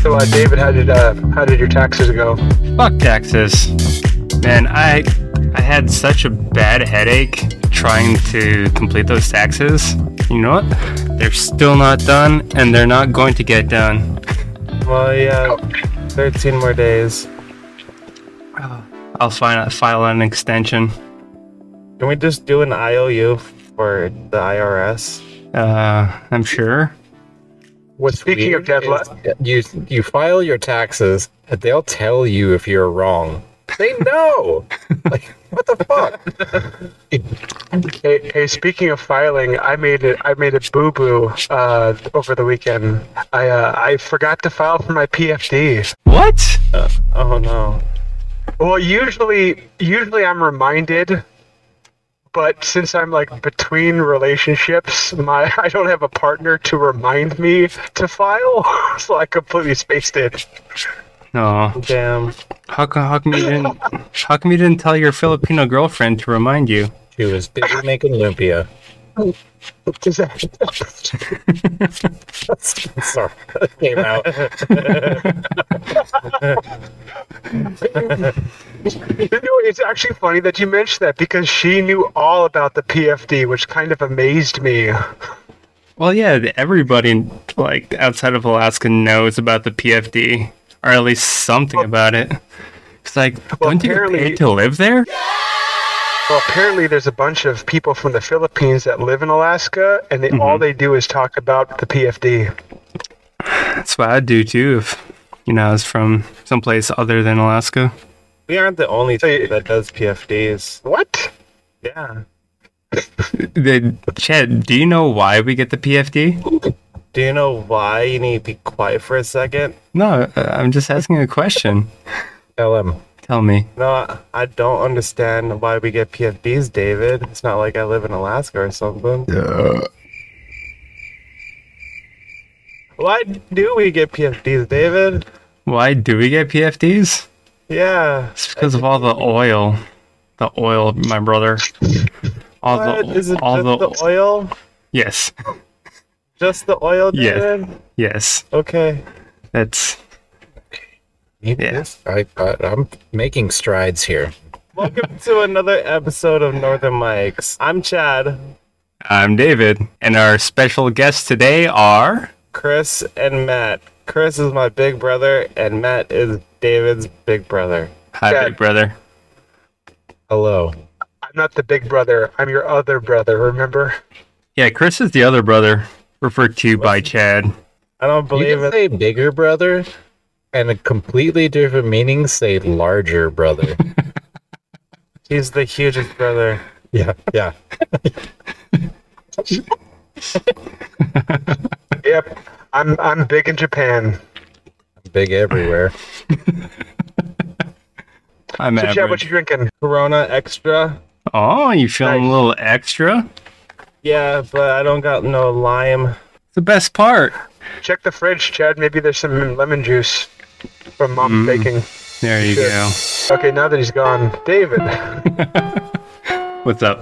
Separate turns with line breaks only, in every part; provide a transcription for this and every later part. so uh, David, how did uh, how did your taxes go?
Fuck taxes. Man, I I had such a bad headache trying to complete those taxes. You know what? They're still not done and they're not going to get done.
Well, yeah, 13 more days.
I'll find, file an extension.
Can we just do an IOU for the IRS?
Uh, I'm sure.
What's
Speaking
weird
of deadline-
is
You you file your taxes, and they'll tell you if you're wrong. They know. like what the fuck?
Hey, hey, speaking of filing, I made it. I made a boo boo uh, over the weekend. I uh, I forgot to file for my PFD.
What?
Oh no.
Well, usually usually I'm reminded, but since I'm like between relationships, my I don't have a partner to remind me to file, so I completely spaced it.
No.
Damn.
How come, how come you didn't how come you didn't tell your Filipino girlfriend to remind you?
She was busy making lumpia.
Is that-
Sorry, that came out.
You know, it's actually funny that you mentioned that because she knew all about the PFD, which kind of amazed me.
Well, yeah, th- everybody like outside of Alaska knows about the PFD, or at least something about it. It's like,
Well,
don't you get
apparently-
paid to live there?
Well, apparently there's a bunch of people from the Philippines that live in Alaska, and they, all they do is talk about the PFD.
That's what I'd do too if you know I was from someplace other than Alaska.
We aren't the only team that does PFDs.
What?
Yeah.
The, Chad, do you know why we get the PFD?
Do you know why you need to be quiet for a second?
No, uh, I'm just asking a question.
Tell him.
Tell me.
No, I don't understand why we get PFDs, David. It's not like I live in Alaska or something. Why do we get PFDs, David?
Why do we get PFDs?
Yeah.
It's because of all the oil. The oil, my brother. All
What? Is
the
it
all
just
the
the, oil?
yes,
Just the oil,
Yeah.
David?
yes.
Okay.
That's Yeah.
Yes, I, I, I'm making strides here.
Welcome to another episode of Northern Mikes. I'm Chad,
I'm David, and our special guests today are
Chris, and Matt. Chris is my big brother, and Matt is David's big brother.
Hi
Chad.
Big Brother.
Hello.
I'm not the big brother. I'm your other brother. Remember?
Yeah, Chris is the other brother, referred to by Chad.
I don't
You
believe
can
it.
say bigger brother, and a completely different meaning. Say larger brother.
He's the hugest brother.
yeah, yeah.
Yep. I'm I'm big in Japan.
Big everywhere.
I'm
So Chad, what
average.
you drinking?
Corona extra.
Oh, you feeling
Nice.
a little extra?
Yeah, but I don't got no lime.
It's the best part.
Check the fridge, Chad. Maybe there's some lemon juice from mom's baking.
There you go.
Okay, now that he's gone, David,
What's up?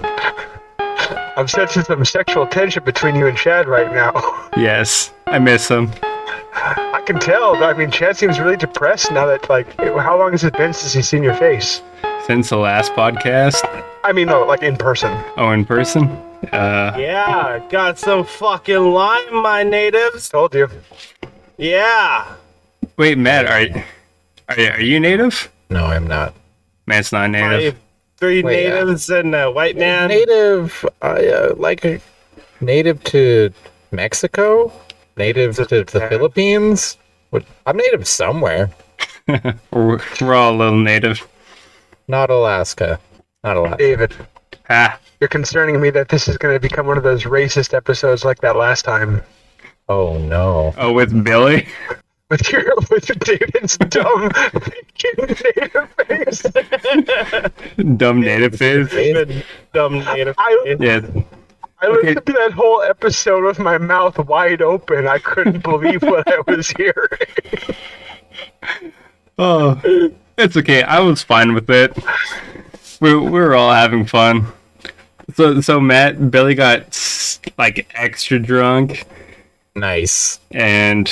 I'm sensing some sexual tension between you and Chad right now.
Yes, I miss him.
I can tell. I mean, Chad seems really depressed now that like, how long has it been since he's seen your face?
Since the last podcast,
I mean, no, like in person.
oh, in person? Uh,
Yeah, got some fucking lime, my natives.
Told you.
Yeah.
wait, Matt, are you, are you, are you native?
No, I'm not.
Matt's not
I,
native.
three
Wait, yeah.
natives and a white man.
Native, I uh, like a- native to Mexico. Native to the Philippines. What- I'm native somewhere.
We're, we're all a little native.
Not Alaska. Not Alaska.
David,
Ah,
you're concerning me that this is going to become one of those racist episodes like that last time
Oh no.
oh, with Billy?
with your with David's dumb native face.
Dumb native is?
Good dumb native.
I-
Yeah,
I
Okay.
listened to that whole episode with my mouth wide open. I couldn't believe what I was hearing.
Oh, it's okay. I was fine with it. We're we're all having fun. So so Matt Billy got s- like extra drunk
Nice.
and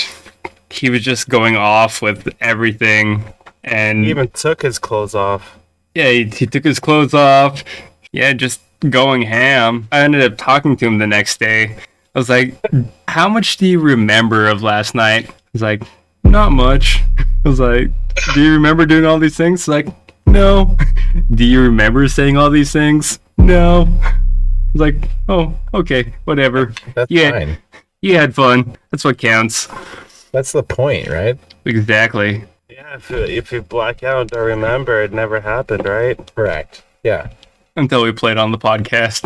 he was just going off with everything, and
He even took his clothes off.
yeah, he, he took his clothes off. Yeah, just going ham. I ended up talking to him the next day. I was like, "How much do you remember of last night?" He's like, "Not much." I was like, "Do you remember doing all these things?" He's like, "No." Do you remember saying all these things? No. I was like, "Oh, okay, whatever.
That's
Yeah.
fine.
You had fun. That's what counts."
That's the point, right?
Exactly.
Yeah, if you, if you black out and don't remember, it never happened, right?
Correct. Yeah.
Until we played on the podcast.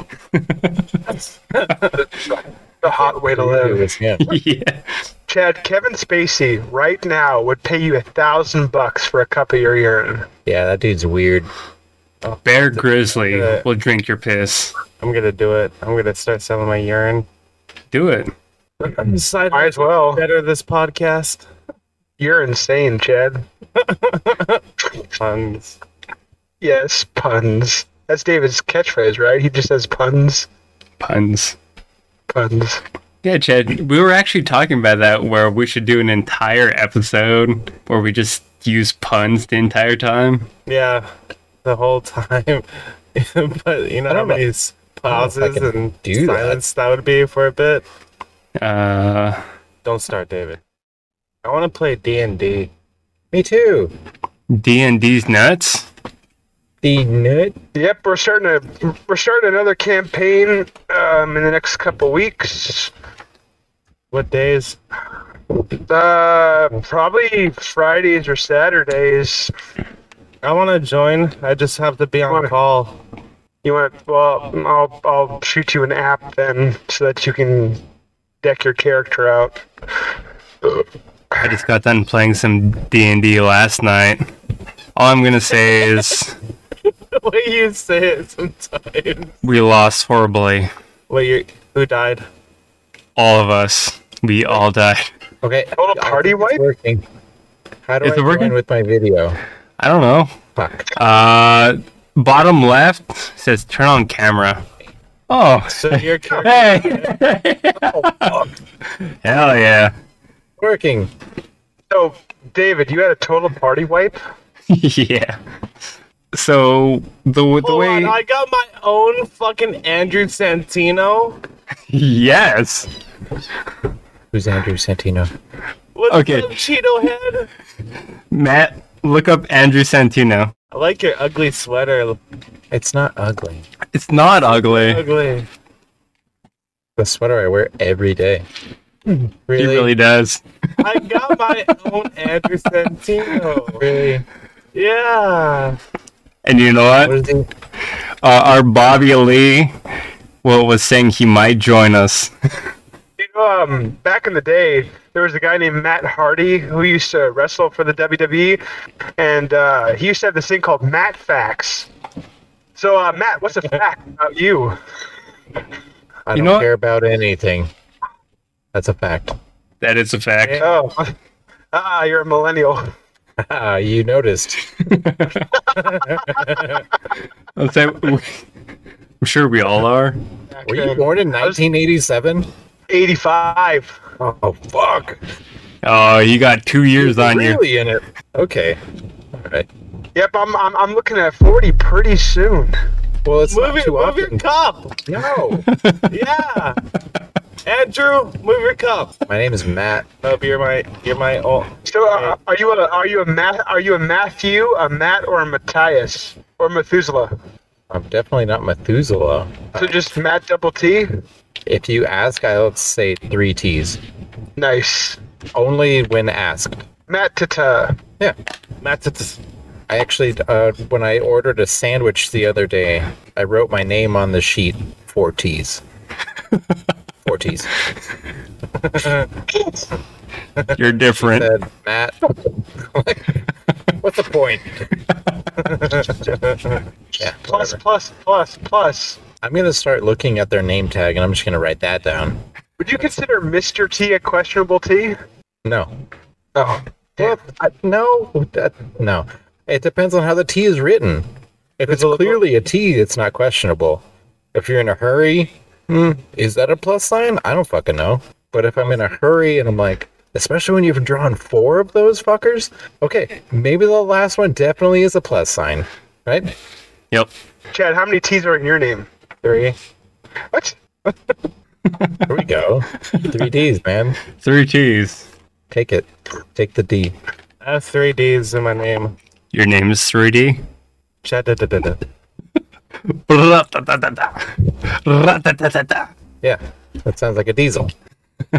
The hot way to
It
live.
was him.
yeah.
Chad, Kevin Spacey right now would pay you a thousand bucks for a cup of your urine.
Yeah, that dude's weird.
Bear Grizzly
Uh,
will drink your piss.
I'm gonna do it. I'm gonna start selling my urine.
Do it.
Side
Might as well.
better this podcast.
You're insane, Chad.
Um,
Yes, puns. That's David's catchphrase, right? He just says puns,
Puns.
puns.
Yeah, Chad, we were actually talking about that where we should do an entire episode where we just use puns the entire time.
yeah, the whole time. but you know
don't
how
know-
many s-
know if I
pauses
can
and
do that.
silence that. would be for a bit.
Uh,
Don't start, David. I want to play D and D.
Me too.
D&D's nuts?
The nut.
Yep, we're starting a we're starting another campaign um, in the next couple weeks.
What days?
Uh, probably Fridays or Saturdays.
I want to join. I just have to be on
Wanna-
call.
You want? Well, I'll I'll shoot you an app then, so that you can deck your character out.
I just got done playing some D&D last night. All I'm going to say is
The way you say it sometimes.
we lost horribly.
Wait, you who died?
All of us. We all died.
Okay.
Oh,
Total
I
party
think it's
wipe?
Working. How do
Is
I
it working?
join with my video?
I don't know.
Fuck.
Uh, bottom left says turn on camera. Oh,
So your character.
hey! Hell yeah!
Working.
So, David, you had a total party wipe.
yeah. So the w- the
Hold
way
on, I got my own fucking Andrew Santino.
yes,
Who's Andrew Santino?
What's
Okay.
up, Cheeto head?
Matt, look up Andrew Santino.
I like your ugly sweater.
It's not ugly.
It's not ugly.
Ugly.
The sweater I wear every day.
He
Really?
Hmm. really does.
I got my own Andrew Santino.
Really?
Yeah.
And you know what?
What is he?
Uh, our Bobby Lee, well, was saying he might join us.
You know, um, back in the day, there was a guy named Matt Hardy who used to wrestle for the WWE, and uh, he used to have this thing called Matt Facts. So, uh, Matt, what's a fact about you?
I
You know
don't
what?
care about anything. That's a fact.
That is a fact.
Oh, ah, you're a millennial.
Ah, you noticed.
I'll say, I'm sure we all are.
Were you born in 1987?
85.
Oh fuck!
Oh, you got two years on you.
really in it? Okay. All right.
Yep, I'm, I'm, I'm looking at 40 pretty soon.
Well, it's
Move,
not
your,
too
move your
often.
cup.
No.
Yeah. Andrew, move your cup.
My name is Matt.
Nope, you're my you're my old
So, uh, are you a are you a Matt are you a Matthew, a Matt, or a Matthias or Methuselah?
I'm definitely not Methuselah.
So just Matt double T.
If you ask, I'll say three T's.
Nice,
Only when asked.
Matt Tata.
Yeah.
Matt. It's-
I actually, uh, when I ordered a sandwich the other day, I wrote my name on the sheet. Four T's. Four T's.
You're different.
Said Matt. What's the point? yeah.
Plus,
whatever.
plus, plus, plus.
I'm gonna start looking at their name tag, and I'm just gonna write that down.
Would you consider Mr. T a questionable T?
No.
Oh.
Well, I, no, that, no. It depends on how the T is written. If it's clearly a T, it's not questionable. If you're in a hurry, hmm, is that a plus sign? I don't fucking know. But if I'm in a hurry and I'm like, especially when you've drawn four of those fuckers. Okay, maybe the last one definitely is a plus sign, right?
Yep.
Chad, how many T's are in your name?
Three.
What?
There we go. Three D's, man.
Three T's.
Take it. Take the D.
I have three D's in my name.
Your name is 3D?
Cha-da-da-da-da.
Yeah, that sounds like a diesel.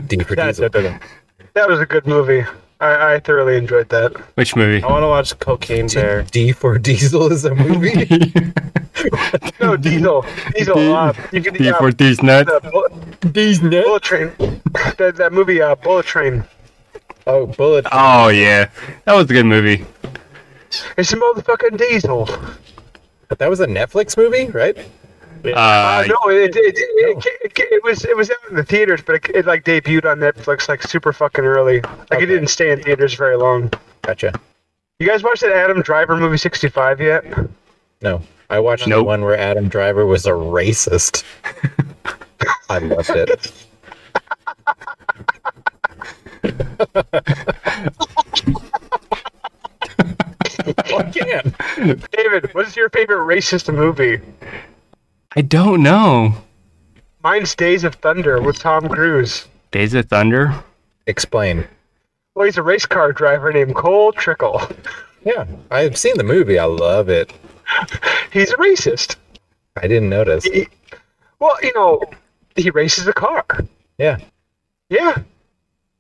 D for diesel.
Cha-da-da-da.
That was a good movie. I, I thoroughly enjoyed that.
Which movie?
I want to watch Cocaine Bear.
D for diesel is a movie.
No, Diesel. Diesel. Uh, you can,
D
uh,
for these nuts.
the bullet,
These nuts.
bullet Train. that, that movie, uh, Bullet Train.
Oh, bullet.
Oh yeah, that was a good movie.
It's a motherfucking Diesel.
But that was a Netflix movie, right?
Uh,
Uh,
no, it it, it, it, it, it was it was out in the theaters, but it, it like debuted on Netflix like super fucking early. Like
Okay.
it didn't stay in theaters very long.
Gotcha.
You guys watched that Adam Driver movie 65 yet?
No, I watched the
Nope.
one where Adam Driver was a racist. I loved it. Oh, I can't.
David, what is your favorite racist movie?
I don't know.
Mine's Days of Thunder with Tom Cruise.
Days of Thunder.
Explain.
Well, he's a race car driver named Cole Trickle.
Yeah, I've seen the movie. I love it.
He's a racist.
I didn't notice.
He, well, you know, he races a car.
Yeah,
Yeah.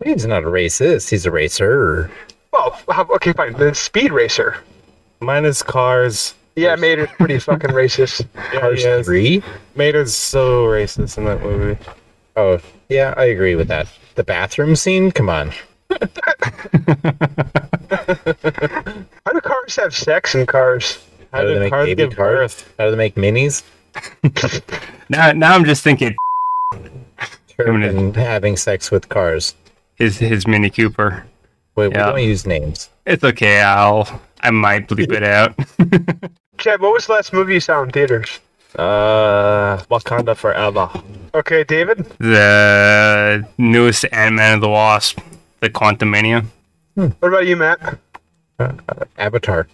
he's not a racist. He's a racer.
Well, how, okay, fine. The Speed Racer.
Mine is Cars.
Yeah, Mater's pretty fucking racist.
Yeah,
Cars
he is.
three.
Mater's so racist in that movie.
Oh, yeah, I agree with that. The bathroom scene. Come on.
How do cars have sex in cars?
How
do they
did
make
cars
baby
give
cars?
birth?
How do they make minis?
Now, now I'm just thinking Coming in.
And having sex with cars.
his his Mini Cooper.
Wait,
Yeah.
we don't use names.
It's okay. I'll I might bleep it out.
Chad, what was the last movie you saw in theaters?
Uh, Wakanda Forever.
Okay, David.
the newest Ant Man of the Wasp, the Quantum Mania.
What about you, Matt?
Avatar,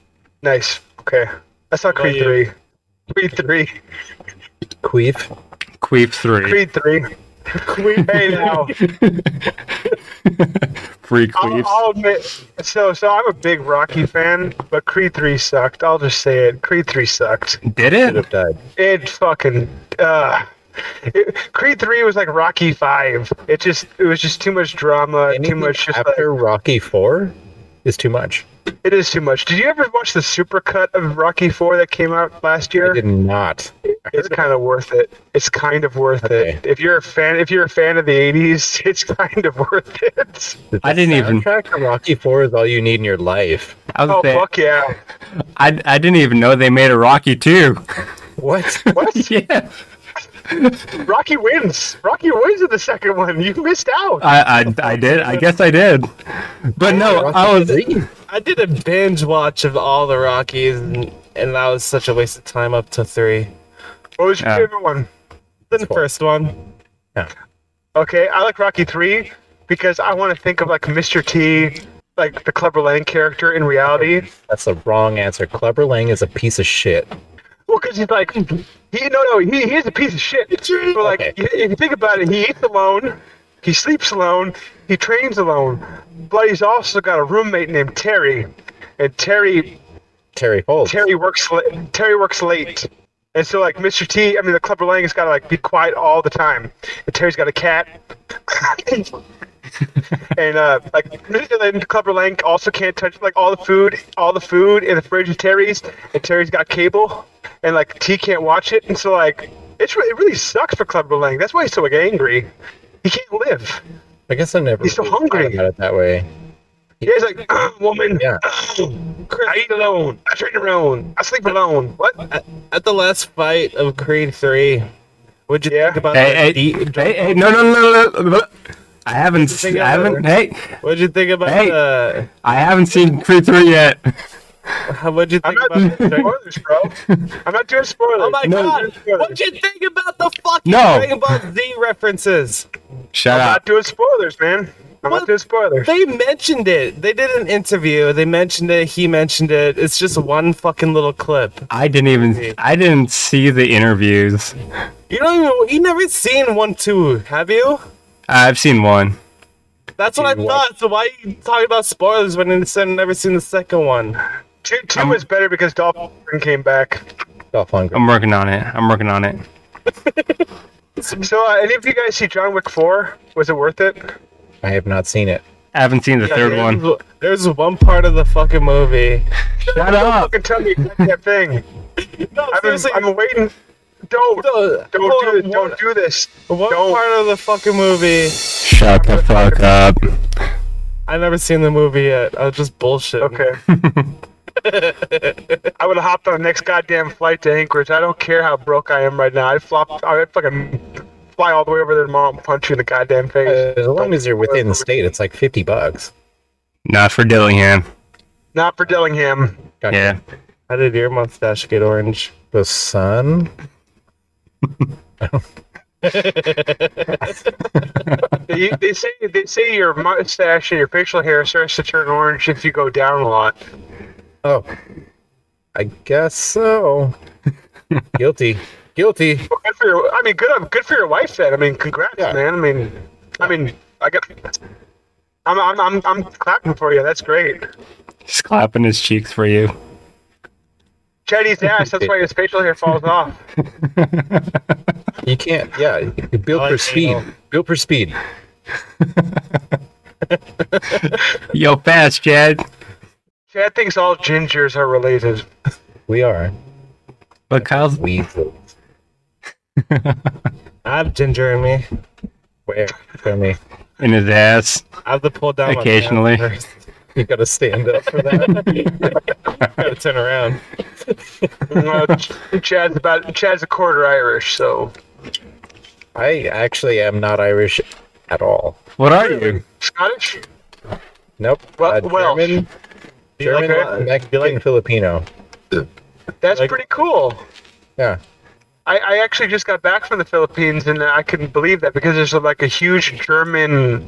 Nice. Okay. I saw Creed
you?
three. Creed three.
Queef,
Queef three.
Creed three. Creed. Hey now.
Free
I'll,
Queefs.
I'll admit. So, so I'm a big Rocky fan, but Creed three sucked. I'll just say it. Creed three sucked.
Did it?
have died.
It fucking. Uh, it, Creed three was like Rocky five. It just. It was just too much drama.
Anything
too much. Just like,
after Rocky Four is too much.
it is too much. Did you ever watch the supercut of Rocky four that came out last year?
I did not.
It's kind of worth it. It's kind of worth
Okay.
it. If you're a fan, if you're a fan of the '80s, it's kind of worth it.
I didn't even.
Soundtrack to Rocky Four is all you need in your life.
I, was
Oh
there-
fuck yeah!
I I didn't even know they made a Rocky too.
What?
What?
yeah.
Rocky wins. Rocky wins in the second one. You missed out.
I, I I did. I guess I did. But no, I was.
Three?
I did a binge watch of all the Rockies, and, and that was such a waste of time up to three.
What was your
Yeah.
favorite one?
The first one.
Okay, I like Rocky three because I want to think of like Mr. T, like the Clubber Lang character in reality.
That's the wrong answer. Clubber Lang is a piece of shit.
Well, because he's like, he no no, he, he is a piece of shit. But like,
Okay.
if if you think about it, he eats alone, he sleeps alone, he trains alone, but he's also got a roommate named Terry, and Terry
Terry Fold.
Terry works la- Terry works late, and so like Mr. T, I mean the Clubber Lang has got to like be quiet all the time, and Terry's got a cat. and uh, like, and then Clubber Lang also can't touch like all the food, all the food in the fridge of Terry's, and Terry's got cable, and like T can't watch it, and so like it's re- it really sucks for Clubber Lang. That's why he's so like angry. He can't live.
I guess I never
He's so
thought
hungry.
about it that way.
Yeah, he's like, "Ah, woman,
Yeah.
I eat alone, I train alone, I sleep alone. What?
At the last fight of Creed 3, would you
Yeah.
think about
Hey,
that
hey,
deep-
hey, hey, no, no, no, no, no. I haven't, s- I haven't, hey,
What'd you think about
Hey.
the?
I haven't seen Creed 3 yet.
How, what'd you
I'm
think
not
about?
doing
the Dragon-
spoilers, bro. I'm not doing spoilers.
Oh my
No.
god! What'd you think about the fucking
No.
Dragon Ball Z references?
Shut
I'm
up.
not doing spoilers, man. I'm
Well,
not doing spoilers.
They mentioned it. They did an interview. They mentioned it. He mentioned it. It's just one fucking little clip.
I didn't even I didn't see the interviews.
You don't even. You never seen one two, have you?
I've seen one.
That's what I thought. So why are you talking about spoilers when I've never seen the second one?
Two two was better because Dolph Lundgren came back.
Dolph Lundgren.
I'm working on it. I'm working on it.
So uh, any of you guys see John Wick four? Was it worth it?
I have not seen it.
I haven't seen the third
There's-
one.
There's one part of the fucking movie.
Shut up.
Fucking tell me that thing.
No,
I've been,
seriously.
I've been waiting. Don't
no,
don't do
one-
this. Don't do this.
one- one
don't.
part of the fucking movie.
Shut the fuck up.
I never seen the movie yet. I was just bullshit.
Okay. I would have hopped on the next goddamn flight to Anchorage. I don't care how broke I am right now. I'd flop. I'd fucking fly all the way over there tomorrow and punch you in the goddamn face.
Uh,
Uh,
as long as you're within the state, it's like 50 bucks.
Not for Dillingham.
Not for Dillingham.
Gotcha.
Yeah.
How did your mustache get orange?
The sun?
They, they say they say your mustache and your facial hair starts to turn orange if you go down a lot.
Oh. I guess so. Guilty. Guilty.
Well, good for your. I mean, good. Good for your wife. Then I mean, congrats,
Yeah.
man. I mean, I mean, I got. I'm, I'm, I'm, I'm clapping for you. That's great.
Just clapping his cheeks for you.
Chinese ass. That's why his facial hair falls off.
You can't, yeah. you Build
like
for speed.
anal.
Build for speed.
Yo, fast, Chad.
Chad thinks all gingers are related.
We are.
But Kyle's
Weasels.
I have ginger in me.
Where? Show me.
in his ass.
I have to pull down my pants
Occasionally.
first.
You gotta stand up for that.
Gotta turn around.
Well, Ch- Chad's about Chad's a quarter Irish, so
I actually am not Irish at all.
What are you?
Scottish.
Nope.
Well-
Uh,
well.
German, German,
like a-
Mexican, Filipino.
That's
Like-
pretty cool.
Yeah.
I, I actually just got back from the Philippines, and I couldn't believe that because there's like a huge German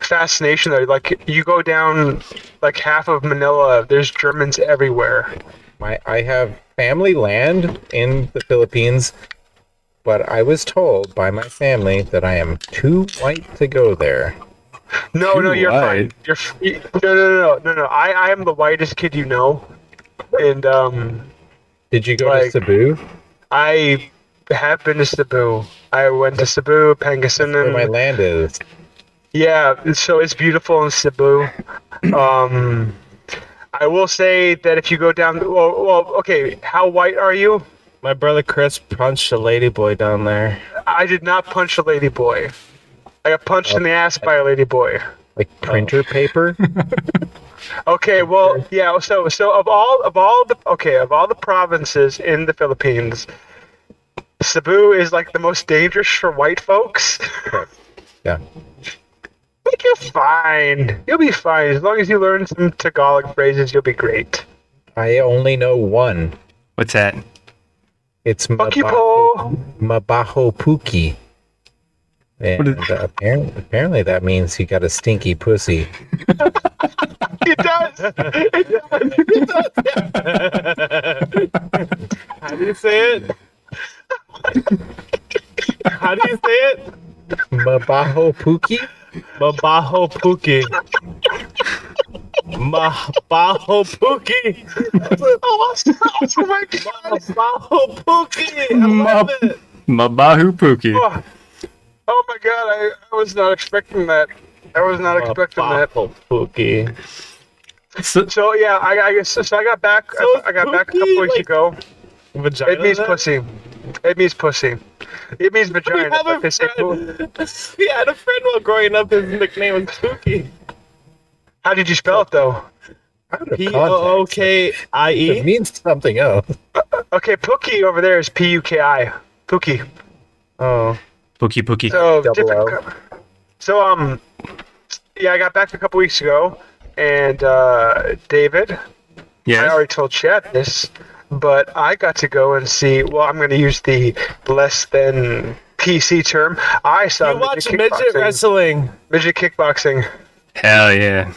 fascination there. Like you go down like half of Manila, there's Germans everywhere.
My I have family land in the Philippines, but I was told by my family that I am too white to go there.
No,
Too
no, you're fine.
white.
You're f- you- no, no, no, no, no. I, I am the whitest kid you know, and um,
Did you go
Like-
to Cebu?
I have been to Cebu. I went to Cebu, Pangasinan.
Where my land is.
Yeah, so it's beautiful in Cebu. Um, I will say that if you go down, well, well, okay, how white are you?
My brother Chris punched a ladyboy down there.
I did not punch a lady boy. I got punched in the ass by a lady boy.
Like printer paper?
Okay, well, yeah. So, so of all of all the okay of all the provinces in the Philippines, Cebu is like the most dangerous for white folks.
Yeah.
Like you're fine. You'll be fine as long as you learn some Tagalog phrases. You'll be great.
I only know one.
What's that?
It's
Fuck you,
Mabaho,
Paul.
Mabaho Puki. And
What is-
apparently, apparently that means you got a stinky pussy.
It does. It does.
How do you say it? How do you say it?
Mabaho Puki?
Mabaho Puki. Mabaho Puki.
Awesome. Oh my god.
Mabaho Puki. I love
Mab-
it.
Mabahu Pookie.
Oh, Oh my god. I, I was not expecting that. I was not expecting that.
Mabaho Puki.
So,
So yeah, I, I guess so. I got back.
So
I, I got back a
spooky,
couple weeks
like-
ago.
Vagina.
It means
then?
pussy. It means pussy. It means
We
vagina.
have
but
a
they say poo-
friend. We had a friend while growing up. His nickname was Pookie.
How did you spell it though?
Out of
P O O
context.
K I
It
E.
means something else.
Okay, Pookie over there is P U K I. Pookie.
Oh.
Pookie Pookie.
So
Double
different.
O.
co- So um, yeah, I got back a couple weeks ago, and uh, David, I
Yes.
already told Chad this, but I got to go and see. Well, I'm going to use the less than PC term. I saw
You watch midget
kickboxing.
wrestling.
midget kickboxing.
Hell yeah.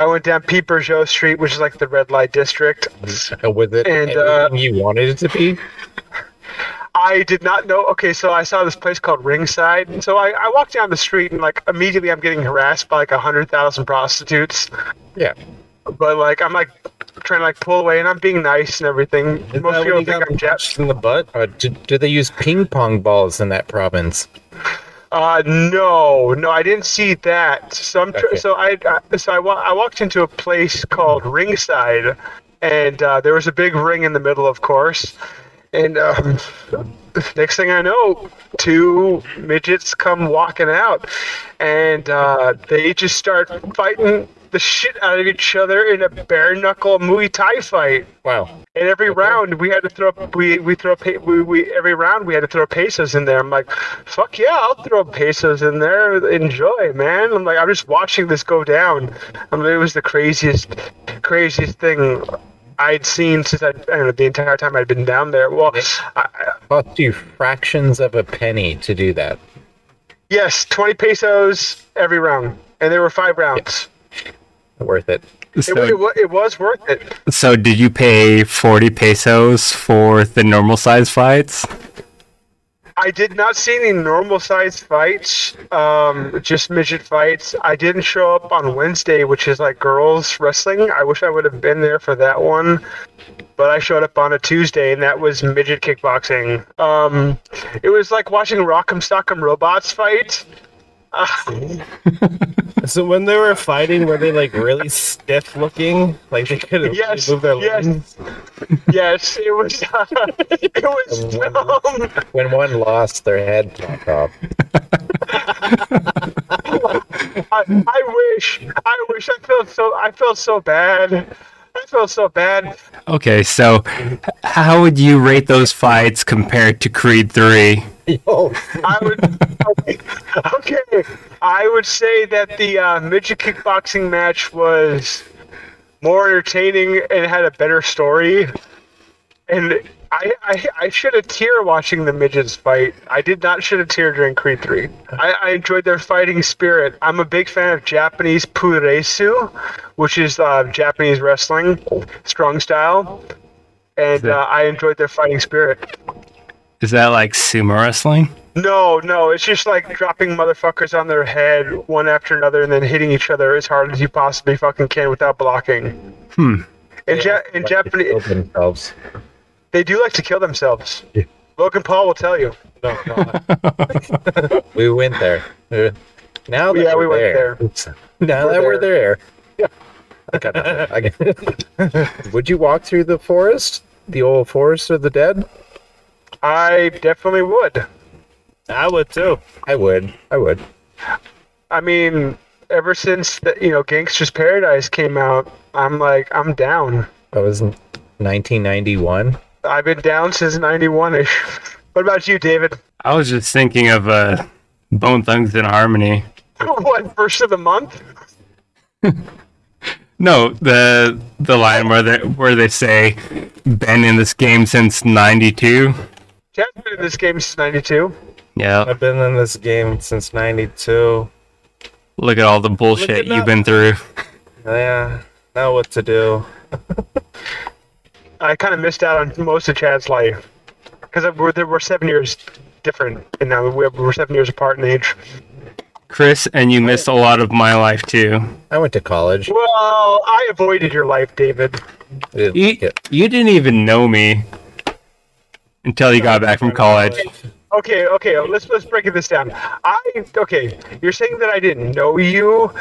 I went down Pete Bergeau Street, which is like the red light district.
Uh, Was it
And,
everything
uh,
you wanted it to be?
I did not know. Okay, so I saw this place called Ringside, and so I, I walked down the street, and like immediately I'm getting harassed by like a hundred thousand prostitutes.
Yeah.
But like I'm like trying to like pull away, and I'm being nice and everything. Most
Is that
people
when you
think
got
I'm Jap.
punched in the butt? Uh, do, do they use ping pong balls in that province?
Uh, no, no, I didn't see that. So I'm tr-
Okay.
so I I- so I, wa- I walked into a place called Ringside, and uh, there was a big ring in the middle, of course, and. Um, Next thing I know, two midgets come walking out, and uh, they just start fighting the shit out of each other in a bare knuckle Muay Thai fight.
Wow.
And every round we had to throw we we throw pe- we, we every round we had to throw pesos in there. I'm like, fuck yeah, I'll throw pesos in there. Enjoy, man. I'm like, I'm just watching this go down. I mean, it was the craziest, craziest thing I'd seen since I, I don't know the entire time I'd been down there. Well, I,
Cost you fractions of a penny to do that.
Yes, 20 pesos every round. And there were five rounds.
Worth
It,
it.
wa- it,
So,
wa- it was worth it.
so did you pay 40 pesos for the normal size flights?
I did not see any normal sized fights, um, just midget fights. I didn't show up on Wednesday, which is like girls wrestling. I wish I would have been there for that one. But I showed up on a Tuesday, and that was midget kickboxing. Um, it was like watching Rock'em Sock'em Robots fight.
So when they were fighting, were they like really stiff looking? Like they couldn't really
Yes,
move their
yes.
legs.
Yes, it was. it was dumb.
When one lost, their head popped off.
I, I wish. I wish. I felt so. I felt so bad. I felt so bad.
Okay, so h- how would you rate those fights compared to Creed 3?
Yo,
I would. okay, I would say that the uh, midget kickboxing match was more entertaining and had a better story. And I, I, I shed a tear watching the midgets fight. I did not shed a tear during Creed 3. I, I enjoyed their fighting spirit. I'm a big fan of Japanese puresu, which is uh, Japanese wrestling, strong style. And uh, I enjoyed their fighting spirit.
Is that like sumo wrestling?
No, no, it's just like dropping motherfuckers on their head one after another and then hitting each other as hard as you possibly fucking can without blocking.
Hmm.
In, ja- in
killed
Japanese,
themselves.
they do like to kill themselves.
Yeah.
Logan Paul will tell you.
No, no.
We went there. Uh, Now that
Yeah, we
we're
went
there, Now
We're
that we're there. I got nothing. I got- Would you walk through the forest? The old forest of the dead?
I definitely would.
I would too.
I would. I would.
I mean, ever since the, you know Gangster's Paradise came out, I'm like I'm down.
That was in 1991.
I've been down since '91ish. What about you, David?
I was just thinking of uh, Bone Thugs and Harmony.
what first of the month?
No, the the line where they where they say been in this game since '92.
Chad's been in this game since '92.
Yeah,
I've been in this game since '92.
look at all the bullshit
Look at
you've been through.
Yeah, know what to do.
I kind of missed out on most of Chad's life because we're, there- we're seven years different, and now we're, we're seven years apart in age.
Chris, and you missed a lot of my life too.
I went to college.
Well, I avoided your life, David.
Didn't
You
like it.
you didn't even know me until you got back from college.
Okay, okay, let's let's break this down. I okay, you're saying that I didn't know you.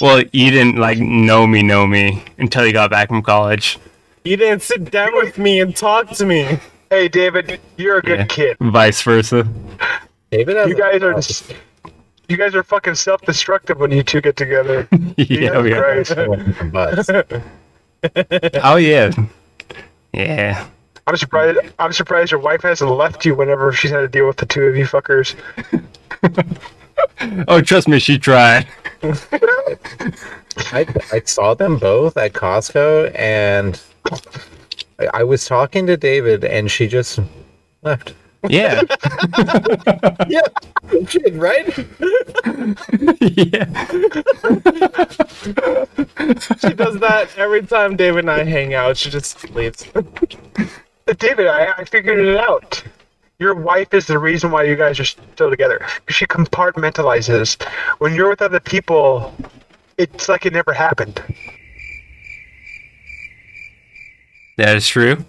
Well, you didn't like know me, know me until you got back from college.
You didn't sit down with me and talk to me.
Hey, David, you're a good
Yeah.
kid.
Vice versa.
David, has
You
a-
guys are you guys are fucking self-destructive when you two get together.
yeah, we are.
Christ.
I went to bus.
Oh yeah, yeah.
I'm surprised. I'm surprised your wife hasn't left you whenever she's had to deal with the two of you fuckers.
Oh, trust me, she tried.
I, I saw them both at Costco, and I, I was talking to David, and she just left.
Yeah.
yeah, shit, right?
yeah.
She does that every time David and I hang out. She just leaves.
David, I, I figured it out. Your wife is the reason why you guys are still together. She compartmentalizes. When you're with other people, it's like it never happened.
That is true.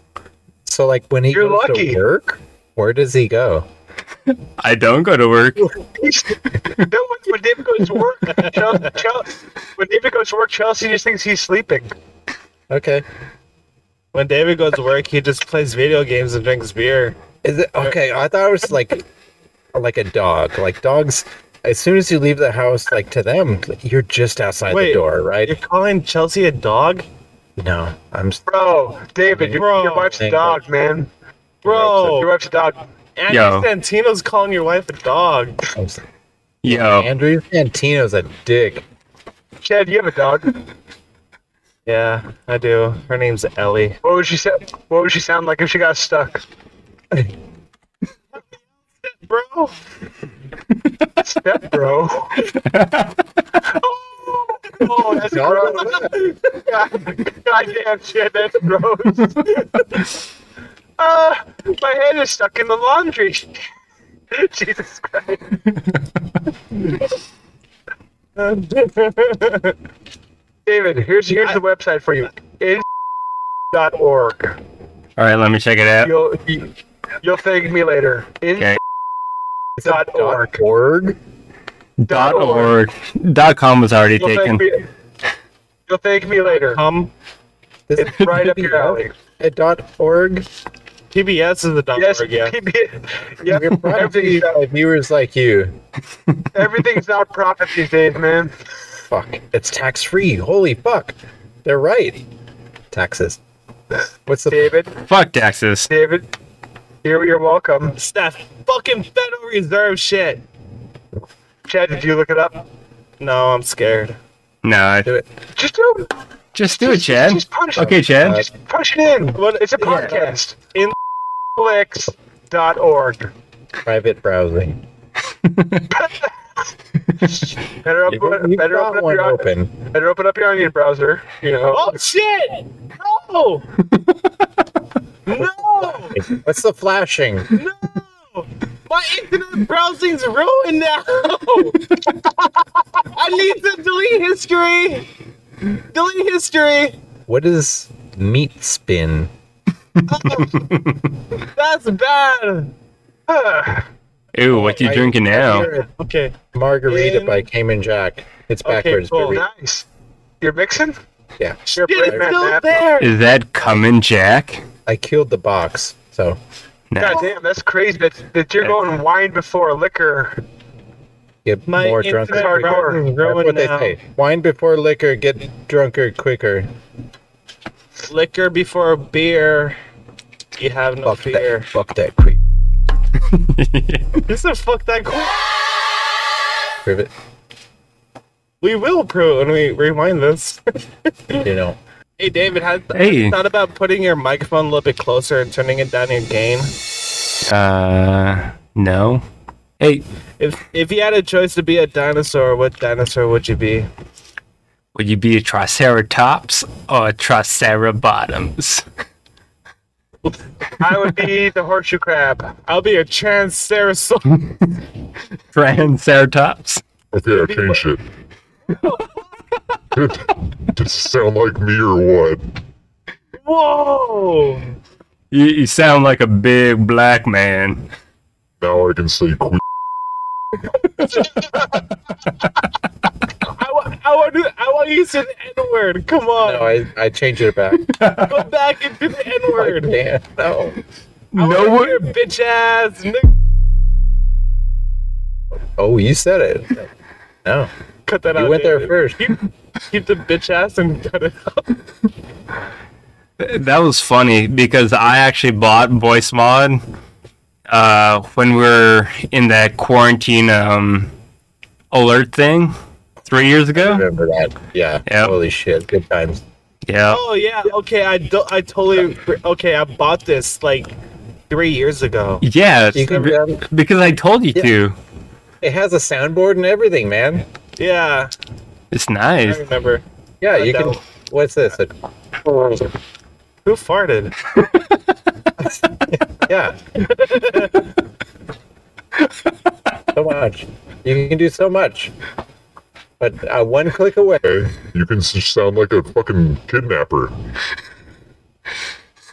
So like when he
You're
goes
lucky.
to work, where does he go?
I don't go to work.
no, when, when David goes to work, Chelsea, when David goes to work, Chelsea just thinks he's sleeping.
Okay.
When David goes to work, he just plays video games and drinks beer.
Is it okay? I thought it was like like a dog. Like dogs as soon as you leave the house, like to them, you're just outside the
Wait.
door,
You're
right?
calling Chelsea a dog?
No, I'm
Bro, David, your,
Bro.
your wife's a
Thank
dog, man. Your
Bro,
wife's a dog.
Andy
Yo.
Santino's calling your wife a dog.
I'm
Yo.
Andrew Santino's a dick.
Chad, you have a dog.
Yeah, I do. Her name's Ellie.
What would she say? What would she sound like if she got stuck?
Bro,
Step, bro. oh, oh, that's gross. God, goddamn shit, that's gross. uh, my head is stuck in the laundry. Jesus Christ. David, here's here's the website for you. In.org.
All right, let me check it out.
You'll you, you'll thank me later. In
Okay.
dot org.
Org.
Dot org. Dot com was already
You'll
taken.
thank, me, you'll thank me later.
um,
This
It's right up your alley.
a dot org.
PBS is a dog.
Yes,
yeah.
PB yep,
We're proud to
everything's,
have viewers like you.
everything's not profit these days, man.
Fuck. It's tax free. Holy fuck. They're right. Taxes. What's the
David,
Fuck taxes.
David, you're, you're welcome.
It's that fucking Federal Reserve shit.
Chad, did you look it up?
No, I'm scared.
No, I-
do it?
Just do it.
just do it, Chad.
Just punch it.
Okay, Chad.
Just punch it in.
What-
It's a
yeah.
podcast. In clicks.org.
Private browsing.
Better
You've
open, better
got
open up
one
your
open.
better open up your onion browser. You know.
Oh shit! No! no!
What's the flashing?
No! My internet browsing's ruined now! I need to delete history! Delete history!
What is meat spin?
That's bad!
Ah,
Ew, what you
I-
drinking now?
Here,
Okay.
Margarita
Oh. In-
by Cayman Jack. It's
Okay,
backwards.
cool.
but
nice. You're mixing?
we- yeah.
You're a
Shit, it's
brave man,
still
Matt.
there!
Is that coming, Jack?
I killed the box. So
God damn, that's crazy that, that you're going wine before liquor.
get
My
more
internet
drunk.
browsing's
That's
ruined
what they
now.
say. Wine before liquor, get drunker quicker.
Liquor before beer. You have no
Fuck
fear.
that. Fuck that quick.
You said fuck that quick.
Prove it.
We will prove when we rewind this.
You know.
hey David, has
Hey.
thought about putting your microphone a little bit closer and turning it down your gain?
Uh, no. Hey,
If if you had a choice to be a dinosaur, what dinosaur would you be?
would you be a Triceratops or a Tricerabottoms?
I would be the horseshoe crab.
I'll be a Triceratops.
Triceratops?
Okay, I changed it. Does it sound like me or what?
Whoa!
You, you sound like a big black man.
Now I can say que-
I, wa- I want to I want to use an N word. Come on,
No, I, I changed it back.
go back into the N word.
Damn. No.
No
Your
one.
bitch ass. nigga.
Oh, you said it. No.
Cut that out.
You went there
David.
first.
Keep the bitch ass and cut it out.
That was funny because I actually bought Voice Mod uh, when we were in that quarantine um, alert thing three years ago.
Remember that. Yeah.
Yep.
Holy shit. Good times.
Yeah.
Oh yeah, okay. I do- I totally re- okay. I bought this like three years ago.
Yeah,
You can,
be-
um,
because I told you to.
It has a soundboard and everything, man.
Yeah,
It's nice.
I remember.
Yeah, you
no.
can. What's this? A-
Who farted?
yeah. so much. You can do so much. But uh, one click away.
Hey, you can s- sound like a fucking kidnapper.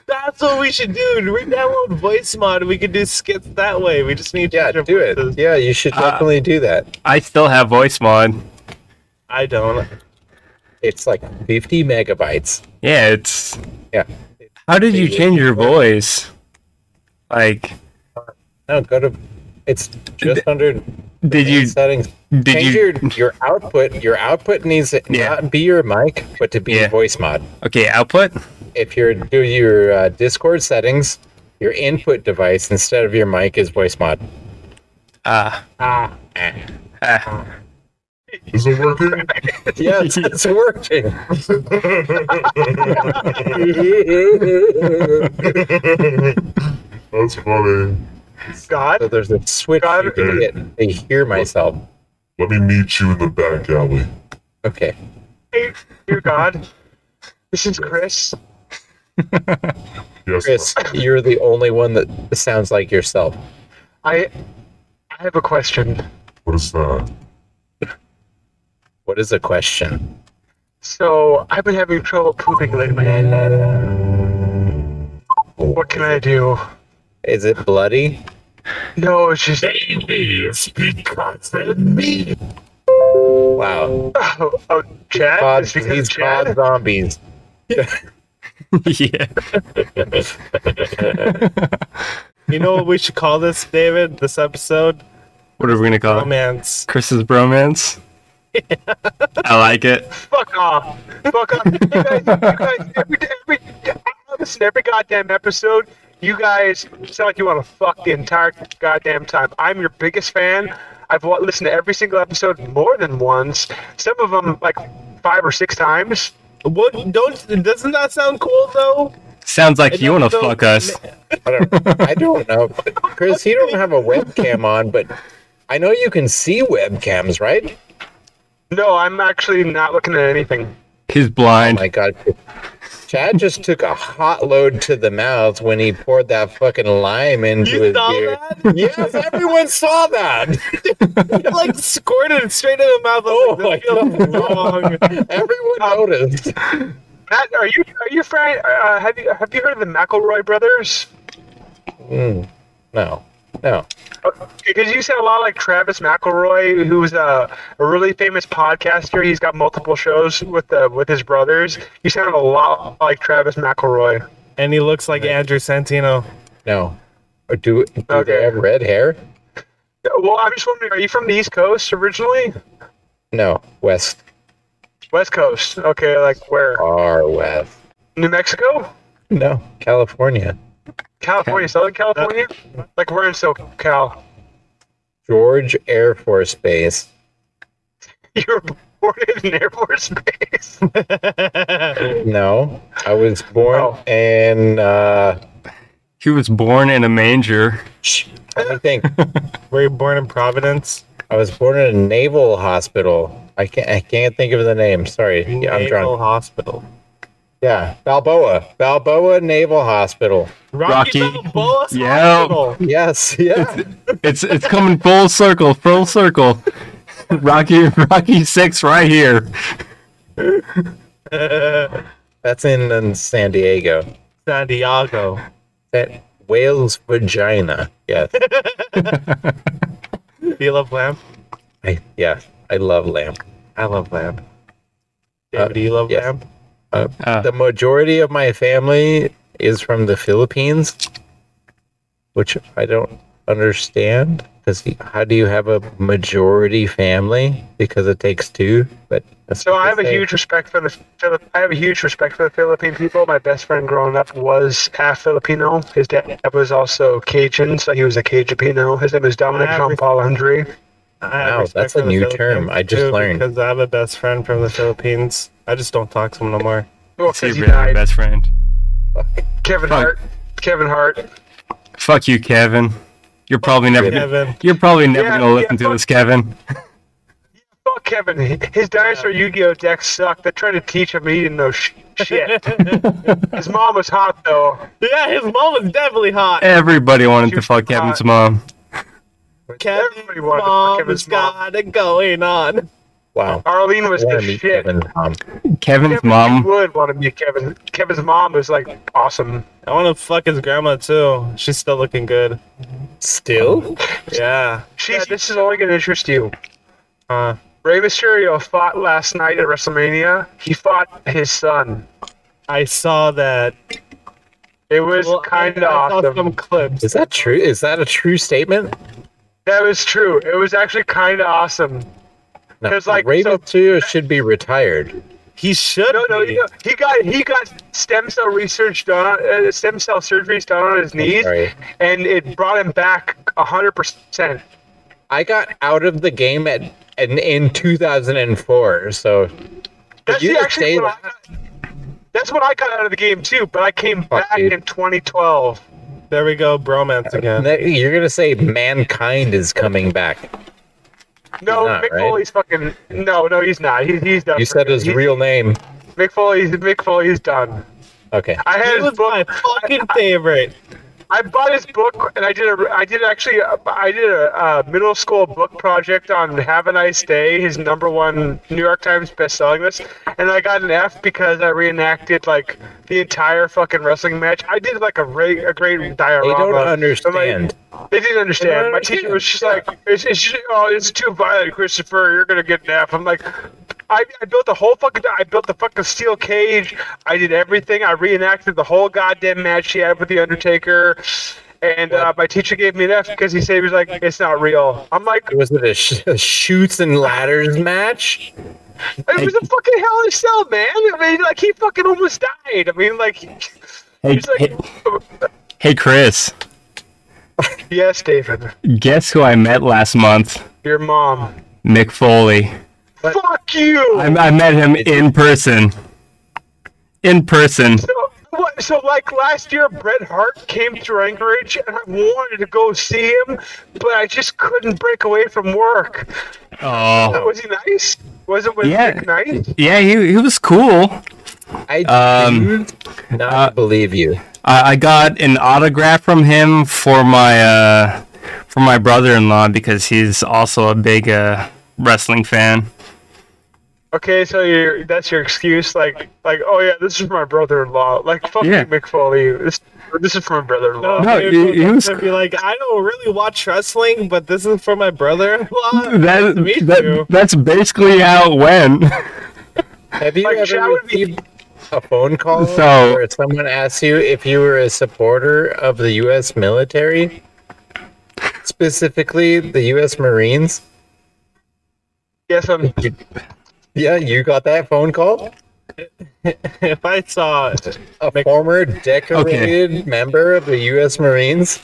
That's what we should do. We download voice mod and we could do skits that way. We just need to
Yeah,
change our
do it.
voices.
Yeah, you should definitely do that.
I still have voice mod.
I don't.
It's like 50 megabytes.
Yeah, it's.
Yeah.
How did you change your voice? Like,
No, go to. It's just under
did you
settings.
did
Change
you
your your output. Your output needs to
Yeah.
not be your mic, but to be
Yeah.
voice mod.
okay output?
If you're do your uh, Discord settings, your input device instead of your mic is voice mod.
Ah,
Ah,
ah.
Is it working?
Yeah, it's, it's working.
That's funny.
God.
so there's a switch you
God.
can hit to hear myself.
Let me meet you in the back alley.
Okay.
Hey, dear God. This is Chris.
Yes.
Chris, you're the only one that sounds like yourself.
I I have a question.
What is that?
What is the question?
So I've been having trouble pooping lately.
Oh,
What can I do?
Is it bloody?
No, it's just
Wow.
oh, oh Chad.
Pod,
it's because of
these
Chad.
pod zombies.
yeah.
You know what we should call this, David? This episode?
What are we gonna call it?
Romance.
Chris's bromance. I like it.
Fuck off. Fuck off. You guys, you guys every, every, listen, every goddamn episode, you guys sound like you want to fuck the entire goddamn time. I'm your biggest fan. I've wa- listened to every single episode more than once. Some of them, like, five or six times.
What? Don't. Doesn't that sound cool though?
Sounds like you wanna
So-
fuck us.
I don't know. Chris, you don't have a webcam on, but I know you can see webcams, right?
No, I'm actually not looking at anything.
He's blind.
Oh My God. Chad just took a hot load to the mouth when he poured that fucking lime into
You
his
saw
beer.
that?
Yes, everyone saw that.
It like squirted it straight in the mouth.
Oh
I was like,
my
this feels wrong.
Everyone noticed.
Matt, are you are you friend? Uh, have you have you heard of the McElroy brothers?
Hmm. No, no.
Because you sound a lot like Travis McElroy, who's a, a really famous podcaster. He's got multiple shows with uh, with his brothers. You sound a lot like Travis McElroy.
and he looks like Andrew Santino.
No. Or do do
Okay.
they have red hair?
Well, I'm just wondering, are you from the East Coast originally?
No. West.
West Coast. Okay, like where?
Far west.
New Mexico,
No. California.
California, Southern California. Like we're in SoCal.
George Air Force Base.
You were born in Air Force Base.
No. I was born
Oh.
in uh
He was born in a manger.
sh- let me think.
Were you born in Providence?
I was born in a naval hospital. I can't I can't think of the name. Sorry. Yeah, I'm
Naval
drunk.
Hospital.
Yeah. Balboa. Balboa Naval Hospital.
Rocky.
Rocky, Balboa
Yeah.
Hospital.
Yes, yeah.
It's it's coming full circle, full circle. Rocky Rocky Six right here.
That's in, in San Diego.
San Diego.
That whale's vagina. Yes.
Do you love Lamp?
I, yeah. I love lamp.
I love Lamp. David, do you love
yes.
Lamp?
Uh,
the majority of my family is from the Philippines, which I don't understand because how do you have a majority family? Because it takes two. But that's
So
what
I
they
have a
say.
huge respect for the Philip. I have a huge respect for the Philippine people. My best friend growing up was half Filipino. His dad was also Cajun, so he was a Cajapino. His name is Dominic
I have
Jean Paul Andre.
I have
Wow,
respect
that's a
for the
new
Philippines,
term. I just
too,
learned.
Because I have a best friend from the Philippines. I just don't talk to him no more.
Well,
see,
'cause he
really my
died.
best friend.
Kevin
Fuck.
Hart. Kevin Hart.
Fuck you, Kevin. You're probably never.
Kevin.
You're probably never
Yeah,
gonna listen
yeah,
to
fuck-
this, Kevin.
Fuck Kevin. His dinosaur Yu-Gi-Oh decks suck. They're trying to teach him he didn't know sh- shit. His mom was hot though.
Yeah, his mom was definitely hot.
Everybody wanted to
You're
fuck
not-
Kevin's mom.
Kevin's
Everybody wanted to fuck
mom
Kevin's
has got it going on.
Wow.
Arlene was
I
the
want to meet
shit.
Kevin. Um,
Kevin's
Kevin,
mom.
You would want to meet Kevin. Kevin's mom was like awesome.
I want to fuck his grandma too. She's still looking good.
still?
Yeah.
She's, this is only going to interest you. Uh,
Huh.
Rey Mysterio fought last night at WrestleMania. He fought his son.
I saw that.
It was
Well, I-
kind of
I saw
awesome.
some clips.
Is that true? Is that a true statement?
That was true. It was actually kind of awesome.
No.
'Cause, like,
Raven
so-
Mysterio should be retired.
He should.
No, no,
be.
you know, he got he got stem cell research done, on- uh, stem cell surgeries done on his knees,
Sorry.
and it brought him back hundred percent.
I got out of the game at in, in 2004, so
That's
you
the-
just
actually
say
what I got- that's what I got out of the game too. But I came back
dude.
in 2012.
There we go, bromance again.
that- you're gonna say mankind is coming back.
No,
He's not,
Mick
right?
Foley's fucking. No, no, he's not. He, he's done.
You
for
said
good.
his
He-
real name.
Mick Foley's Mick Foley's done.
Okay.
I had
He
his
was
book.
my fucking favorite.
I bought his book, and I did a. I did actually. uh, I did a, uh middle school book project on "Have a Nice Day," his number one New York Times best-selling list, and I got an F because I reenacted like the entire fucking wrestling match. I did like a, re- a great
They
diorama.
don't
So, like,
understand.
they didn't understand.
They don't
My teacher was just
understand.
like, it's, it's just, "Oh, it's too violent, Christopher. You're gonna get an F." I'm like. I, I built the whole fucking. I built the fucking steel cage. I did everything. I reenacted the whole goddamn match he had with the Undertaker, and uh, my teacher gave me an F because he said he was like, "It's not real." I'm like,
Was it a, sh- a shoots and ladders match?
"It was a fucking hell in a cell, man." I mean, like he fucking almost died. I mean, like,
Hey,
he's like,
hey, hey, Chris.
"Yes, David,
Guess who I met last month?
your mom."
Mick Foley.
Fuck you.
I, I met him in person. In person.
So, what, so like last year, Bret Hart came to Anchorage, and I wanted to go see him, but I just couldn't break away from work.
Oh.
Was he nice? Was it was
Yeah.
Nick nice?
Yeah, he, he was cool.
I
Um,
do not
uh,
believe you.
I, I got an autograph from him for my uh, for my brother-in-law because he's also a big uh, wrestling fan.
Okay, so you're, that's your excuse, like like oh yeah, this is my brother-in-law. Like fuck
Yeah.
you, Mick Foley. This this is from my brother-in-law.
No,
dude,
he- he
sometimes
was-
I'd be like, I don't really watch wrestling, but this is for my brother-in-law.
That,
Me too.
that that's basically how it went.
Have you
Like,
ever
that would be-
received a phone call
So-
where someone asks you if you were a supporter of the U.S. military, specifically the U.S. Marines?
Yes, I'm.
Yeah, you got that phone call.
if I saw
A former decorated member of the U.S. Marines.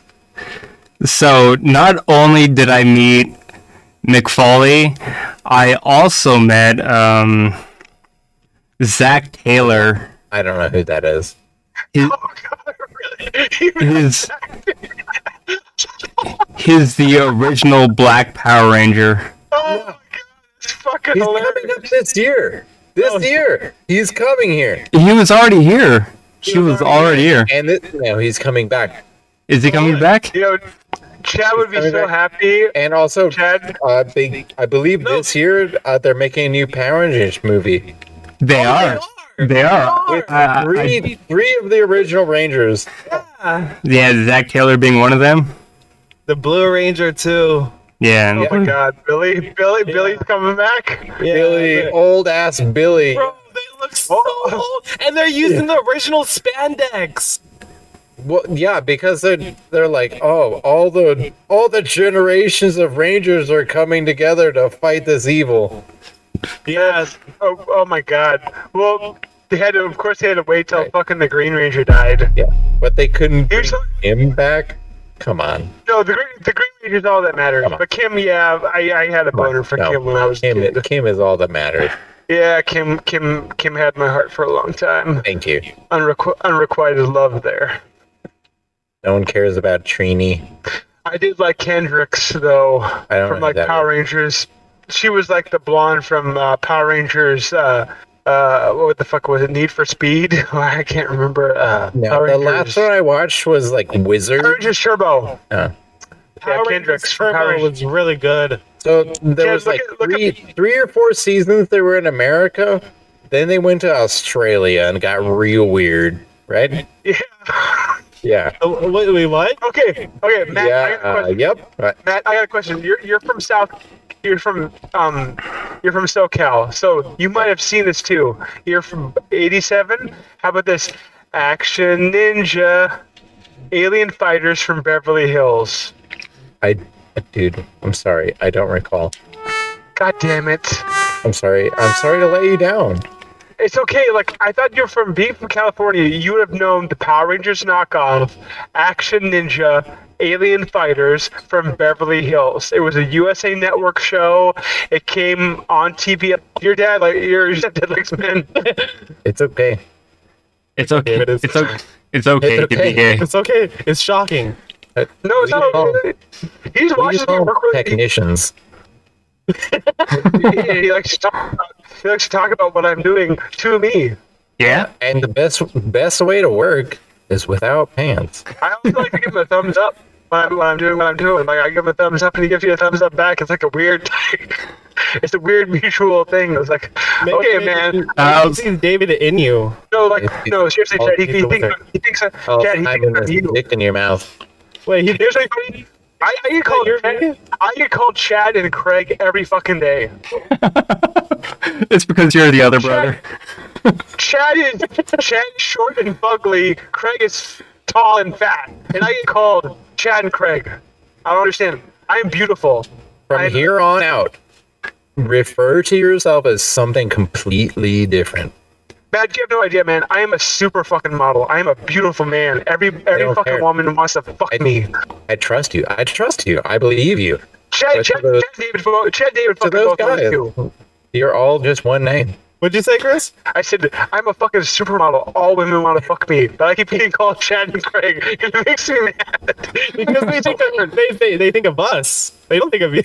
So not only did I meet Mick Foley, I also met um, Zach Taylor.
I don't know who that is.
His,
Oh god, really? He was-
his, he's the original Black Power Ranger.
oh my god, it's fucking
He's coming
hilarious.
up this year.
Oh.
This year, he's coming here.
He was already here. He was already here.
And this, now he's coming back.
Is he coming back?
You know, Chad would be
He's coming
so
back.
happy.
And also,
Chad,
Uh, they, I believe this year uh, they're making a new Power Rangers movie
They are. They are.
with
I- I-
three, three of the original Rangers.
Yeah, Zach Taylor being one of them.
the Blue Ranger too.
Yeah.
oh my god, Billy, Billy, Billy's coming back.
Yeah,
Billy,
but-
old ass Billy.
Bro, they look so
Oh.
old, and they're using the original spandex.
Well, yeah, because they're they're like, oh, all the all the generations of Rangers are coming together to fight this evil.
Yes. Oh, oh my God. Well, they had to. Of course, they had to wait till fucking the Green Ranger died.
Yeah, but they couldn't bring
Here's
him back. Come on,
No, the Green the Green Ranger's all that matters.
Come on.
But Kim, yeah, I, I had a
on,
boner for
no.
Kim when I was a
Kim.
kid.
Kim is all that matters.
Yeah, Kim, Kim, Kim had my heart for a long time.
Thank you.
Unrequ- unrequited love there.
No one cares about Trini.
I did like Kendricks though
I don't
from
know
like
that
Power Rangers. She was like the blonde from uh, Power Rangers. Uh, uh, what the fuck was it? Need for Speed? I can't remember. Uh,
No,
Power
the
Rangers.
last one I watched was like
Power
Wizard.
Rangers Turbo.
Uh,
Yeah, Kendricks. from Power
Turbo
Rangers.
was really good.
so there
Yeah,
was
look
like
at- look at-
three, three or four seasons they were in America. Then they went to Australia and got real weird, right?
Yeah.
Yeah.
Oh, Wait, wait, what?
okay. Okay, Matt. I got a
yeah. Uh,
question.
yep. Right.
Matt, I got a question. You're you're from South. You're from um, you're from SoCal, so you might have seen this too. You're from '87. How about this? Action Ninja, Alien Fighters from Beverly Hills.
I, dude, I'm sorry. I don't recall.
God damn it!
I'm sorry. I'm sorry to let you down.
It's okay. Like I thought you were from being from California, you would have known the Power Rangers knockoff, Action Ninja, Alien Fighters from Beverly Hills. It was a USA Network show. It came on TV. Your dad, like your your dad, like man.
It's okay.
It's okay.
It is-
it's okay. It's okay,
It's
to be
okay.
gay.
It's okay. It's shocking.
No, it's
What do you
not.
call-
Okay. He just
What do
watches
you
me
call
work with. He,
technicians?
he, he likes to talk. About, he likes to talk about what I'm doing to me.
Yeah.
And the best best way to work is without pants.
I always like to give him a thumbs up when I'm, when I'm doing what I'm doing. Like I give him a thumbs up and he gives you a thumbs up back. It's like a weird, it's a weird mutual thing. It's like,
Maybe-
okay,
maybe-
man.
I
Uh,
see David in you.
No, like no, seriously,
All
Chad. He, he
people
thinks
are-
I'm- he thinks I'm,
Oh,
Chad. He
I'm
thinks I'm
in
you.
dick in your mouth.
Wait, he,
Here's my funny. I, I get called
you're
Chad, I get called Chad and Craig every fucking day.
it's because you're the other brother.
Chad is Chad is short and fugly. Craig is tall and fat, and I get called Chad and Craig. I don't understand. I am beautiful.
From
I-
here on out, refer to yourself as something completely different.
Matt, you have no idea, man. I am a super fucking model. I am a beautiful man. Every every
don't
fucking
care.
woman wants to fuck
I-
me.
I trust you. I trust you. I believe you.
Chad,
but to
Chad,
those-
Chad David, Fo- Chad David,
To
fucking
those
both of
guys,
you.
you're all just one name.
what'd you say, Chris?
I said I'm a fucking supermodel. All women want to fuck me, but I keep getting called Chad and Craig. It makes me mad.
Because they think of, they, they they think of us. They don't think of you.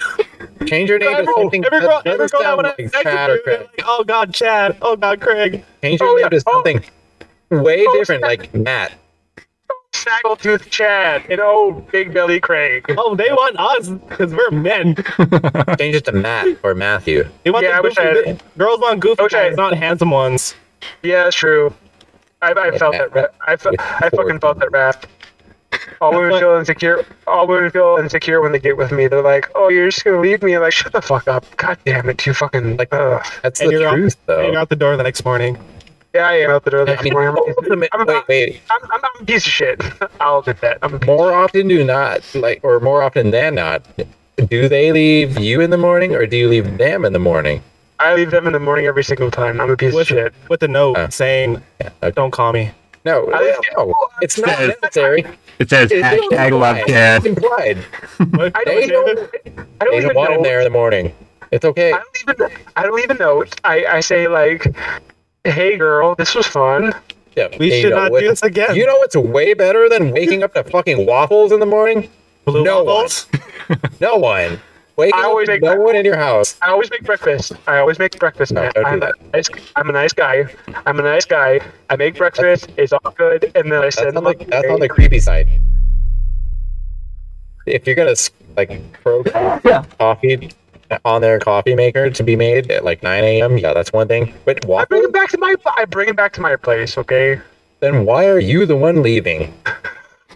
Change your name
Every
to
girl,
something
every girl,
that doesn't
I
sound
want
like Chad or Chris.
like, oh God, Chad. Oh God, Craig.
Change your
Oh,
name
yeah.
to something way
Oh,
different,
Chad.
like Matt.
Snaggletooth Chad and oh, Big Belly Craig.
Oh, they want us because we're men.
Change it to Matt or Matthew.
They want
Yeah, I
the
wish
goofy,
I had-
bit. girls want goofy
I wish I
guys,
had-
not handsome ones.
Yeah, it's true. I, I felt that. Rap. I, fe- I fucking felt that rap. All women feel insecure. All women feel insecure when they get with me. They're like, "Oh, you're just gonna leave me." I'm like, shut the fuck up. God damn it, you fucking like. Ugh.
That's
And
the
you're all-
truth,
Oh.
And
though.
out the door the next morning.
Yeah, I am out the door this
I mean,
morning. I'm,
ultimate-
I'm,
wait, wait.
I'm, I'm, I'm a piece of shit. I'll admit that. I'm a piece
More often do not, like, or more often than not, do they leave you in the morning or do you leave them in the morning?
I leave them in the morning every single time. I'm a piece of
With,
shit.
with a note
Uh,
saying,
okay.
don't call me.
No,
I-
no, it's not
Says-
necessary.
It says
It's
hashtag
implied.
love dad.
It's implied.
I
They
don't, even, I don't
They
even
don't want him
know.
there in the morning. It's okay.
I don't even. I don't even know. I, I say like, "Hey, girl, this was fun."
Yeah,
We
they
should
know
not
what-
do this again.
You know what's way better than waking up to fucking waffles in the morning?
Blue
no
waffles.
No one. Waking
I
up
always
to
make
no
that-
one in your house.
I always make breakfast. I always make breakfast.
No,
man.
don't do
I'm, a
that.
nice, I'm a nice guy. I'm a nice guy. I make breakfast. It's all good, and then I
That's
send
on
them.
the,
like,
that's on the creepy side. If you're gonna like throw coffee on their coffee maker to be made at like 9 a.m., yeah, that's one thing. But
I bring him
waffles?
back to my. I bring him back to my place. Okay.
Then why are you the one leaving?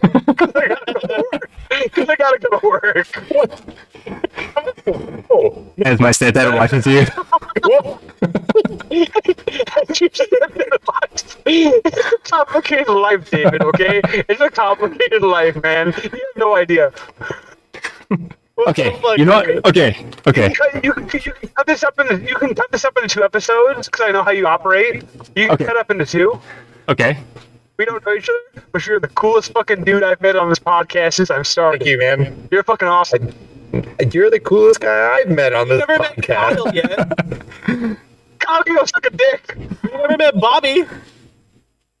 I gotta go to work. 'Cause I gotta go to work.
Oh,
As my stepdad watches you.
it's a complicated life, David. Okay, it's a complicated life, man. You have no idea. Oh
Okay. You know what? Okay. Okay.
Cut- You can, you can cut this up into you can cut this up into two episodes because I know how you operate. You can
Okay.
cut up into two.
Okay.
We don't know each other, but you're the coolest fucking dude I've met on this podcast since I've started.
Thank you, man.
You're fucking awesome.
You're the coolest guy I've met on this
Never met
podcast.
Kyle yet.
I'll go suck a dick.
Never met Bobby.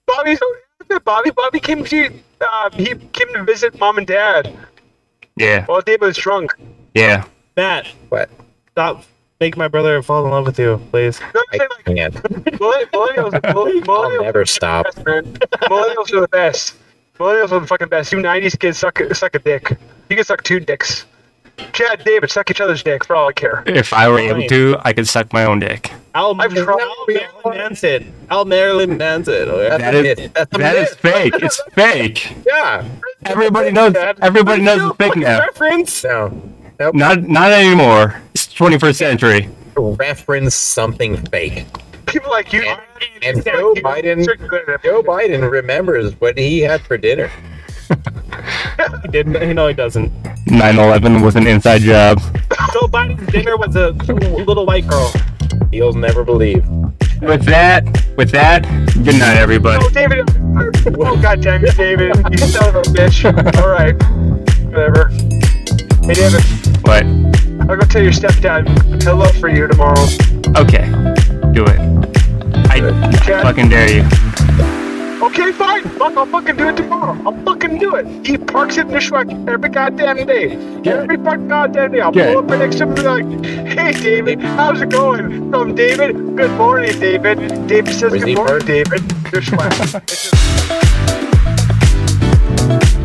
Bobby's Bobby. Bobby came to uh, he came to visit mom and dad
Yeah,
while Dave was drunk.
yeah.
Matt,
What?
stop. Make my brother fall in love with you, please.
No, I'm
I
saying, like,
can't.
millenn- millennials, millennials,
I'll never stop.
best, man. Millennials are the best. Millennials are the fucking best. You '90s kids suck suck a dick. You can suck two dicks. Chad, David, suck each other's dick for all I care.
If I were able to, I could suck my own dick.
I'll,
I've tried-
I'll Marilyn Manson. I'll Marilyn Manson. Okay?
That's
That
a
is-
myth. That's a
That
myth.
is fake. It's fake.
Yeah.
Everybody knows. Everybody knows it's fake now.
Reference.
No.
Not not anymore. It's 21st century.
Reference something fake.
People like you.
And- and Joe Biden- Joe Biden remembers what he had for dinner.
He didn't. he- No, he doesn't.
9/11 was an inside job.
Joe Biden's dinner was a little white girl.
You'll never believe.
With that, with that, good night, everybody.
Oh, David. Oh, God damn it, David. You son of a bitch. All right. Whatever. Hey, David,
But
I'll go tell your stepdad hello for you tomorrow.
okay, do it. I I fucking dare you.
Okay, fine. Fuck, I'll fucking do it tomorrow. I'll fucking do it. He parks it in the shrek every goddamn day. Every fucking goddamn day. I'll
Good.
pull up next to him and be like, hey, David, how's it going? From David, good morning, David. David says,
Where's
good
he
morning,
parked?
David. The shrek.